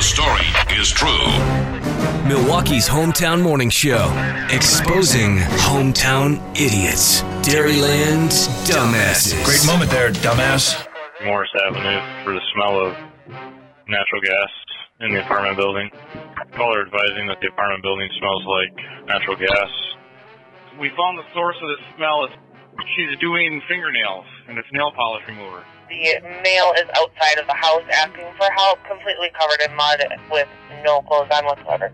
story is true. Milwaukee's Hometown Morning Show. Exposing hometown idiots. Dairyland's dumbasses. Great moment there, dumbass. Morris Avenue for the smell of natural gas in the apartment building. People are advising that the apartment building smells like natural gas. We found the source of the smell. She's doing fingernails, and it's nail polish remover. The male is outside of the house asking for help, completely covered in mud with no clothes on whatsoever.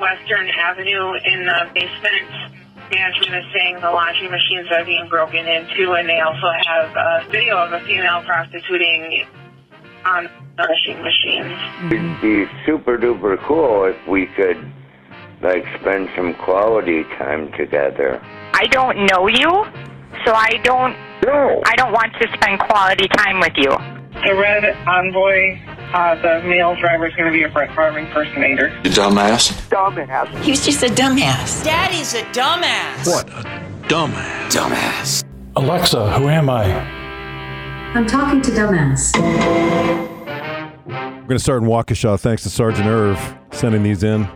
Western Avenue in the basement. Management is saying the laundry machines are being broken into, and they also have a video of a female prostituting on washing machines. It'd be super duper cool if we could, like, spend some quality time together. I don't know you, so I don't No. I don't want to spend quality time with you. The red envoy, uh, the male driver is going to be a Brett Favre impersonator. He was just a dumbass. Daddy's a dumbass. What a dumbass. Dumbass. Alexa, who am I? I'm talking to dumbass. We're going to start in Waukesha. Thanks to Sergeant Irv sending these in.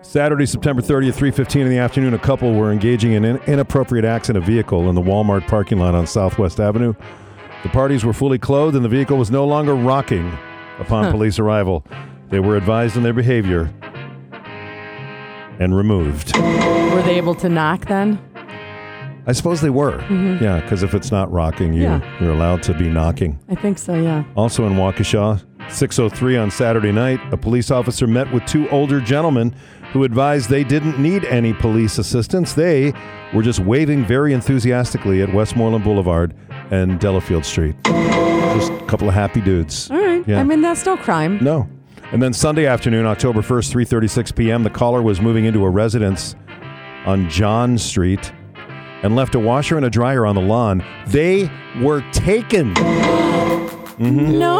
Saturday, September 30th, 3.15 in the afternoon, a couple were engaging in in- inappropriate acts in a vehicle in the Walmart parking lot on Southwest Avenue. The parties were fully clothed and the vehicle was no longer rocking upon police arrival. They were advised on their behavior and removed. Were they able to knock then? I suppose they were. Yeah, because if it's not rocking, you, Yeah. you're allowed to be knocking. I think so, yeah. Also in Waukesha, 603 on Saturday night, a police officer met with two older gentlemen who advised they didn't need any police assistance. They were just waving very enthusiastically at Westmoreland Boulevard and Delafield Street. Just a couple of happy dudes. All right. Yeah. I mean, that's no crime. No. And then Sunday afternoon, October 1st, 3:36 p.m., the caller was moving into a residence on John Street and left a washer and a dryer on the lawn. They were taken. No. Mm-hmm.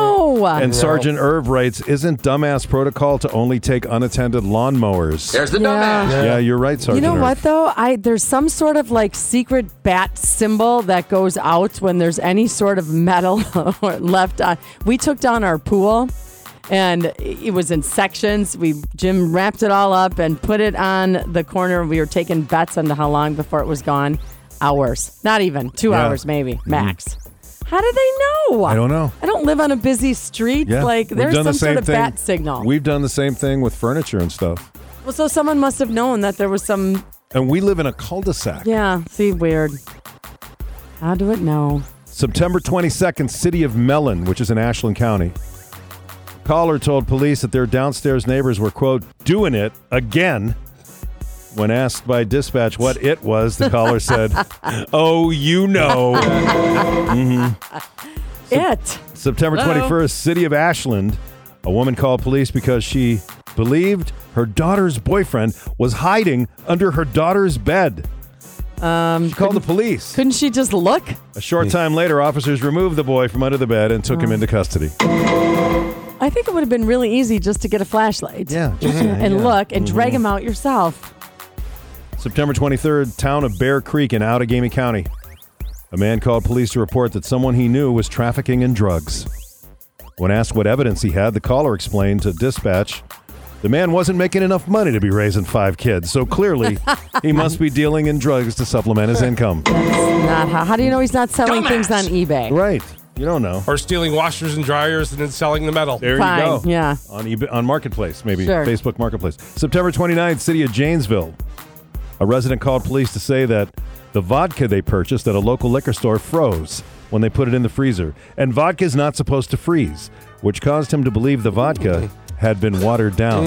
And Sergeant Irv writes, "Isn't dumbass protocol to only take unattended lawnmowers?" There's the Yeah. dumbass. yeah, you're right, you Sergeant. know Irv. what though? I there's some sort of like secret bat symbol that goes out when there's any sort of metal or left on. We took down our pool and it was in sections. We Jim wrapped it all up and put it on the corner. We were taking bets on how long before it was gone. Hours. Not even. 2 Yeah. Mm-hmm. hours maybe, max. How do they know? I don't know. I don't live on a busy street. Yeah, Like we've there's done the some sort same of thing. bat signal. We've done the same thing with furniture and stuff. well, so someone must have known that there was some And we live in a cul-de-sac. Yeah, see, weird. How do it know? September 22nd, City of Mellon, which is in Ashland County. Caller told police that their downstairs neighbors were, quote, doing it again. When asked by dispatch what it was, the caller said, Oh, you know. It. September 21st, City of Ashland. A woman called police because she believed her daughter's boyfriend was hiding under her daughter's bed. Um, she called the police. Couldn't she just look? A short time later, officers removed the boy from under the bed and took Oh. him into custody. I think it would have been really easy just to get a flashlight. Yeah, just, yeah, And yeah. Mm-hmm. look and drag him out yourself. September 23rd, town of Bear Creek in Outagamie County. A man called police to report that someone he knew was trafficking in drugs. When asked what evidence he had, the caller explained to dispatch the man wasn't making enough money to be raising five kids, so clearly he must be dealing in drugs to supplement his income. Not how. How do you know he's not selling things on eBay? Right. You don't know. Or stealing washers and dryers and then selling the metal. There Fine, you go. yeah. On eBay, on Marketplace, maybe Sure. Facebook Marketplace. September 29th, city of Janesville. A resident called police to say that the vodka they purchased at a local liquor store froze when they put it in the freezer, and vodka is not supposed to freeze, which caused him to believe the vodka had been watered down.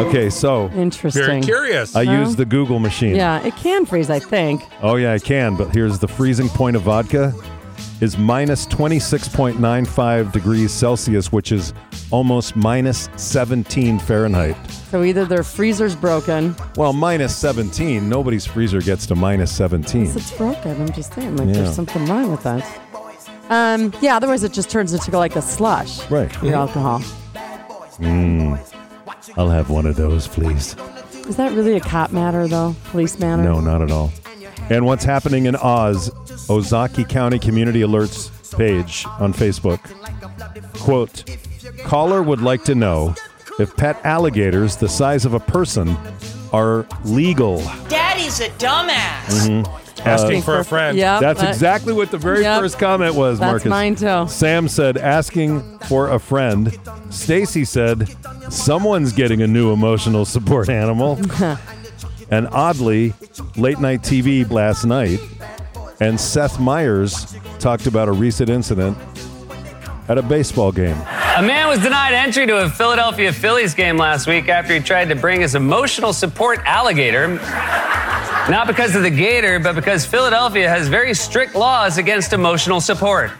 Okay, so Interesting. Very curious. I used the Google machine. Yeah, it can freeze, I think. Oh yeah, I can, but here's the freezing point of vodka is minus 26.95 degrees Celsius, which is almost minus 17 Fahrenheit. So either their freezer's broken. Well, minus 17, nobody's freezer gets to minus 17. Yes, It's broken. I'm just saying, like, Yeah. there's something wrong with that. Um, yeah, otherwise it just turns into like a slush. Right. Your alcohol. I'll have one of those, please. Is that really a cop matter, though? Police matter? No, not at all. And what's happening in Oz, Ozaki County Community Alerts page on Facebook. Quote, caller would like to know if pet alligators the size of a person are legal. Daddy's a dumbass. Mhm. Asking for a friend. Yep, that's that- exactly what the very Yep. first comment was, That's Marcus. mine, too. Sam said, asking for a friend. Stacy said, someone's getting a new emotional support animal. and oddly, late night TV last night, and Seth Meyers talked about a recent incident at a baseball game. A man was denied entry to a Philadelphia Phillies game last week after he tried to bring his emotional support alligator. Not because of the gator, but because Philadelphia has very strict laws against emotional support.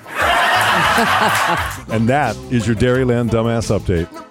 And that is your Dairyland Dumbass Update.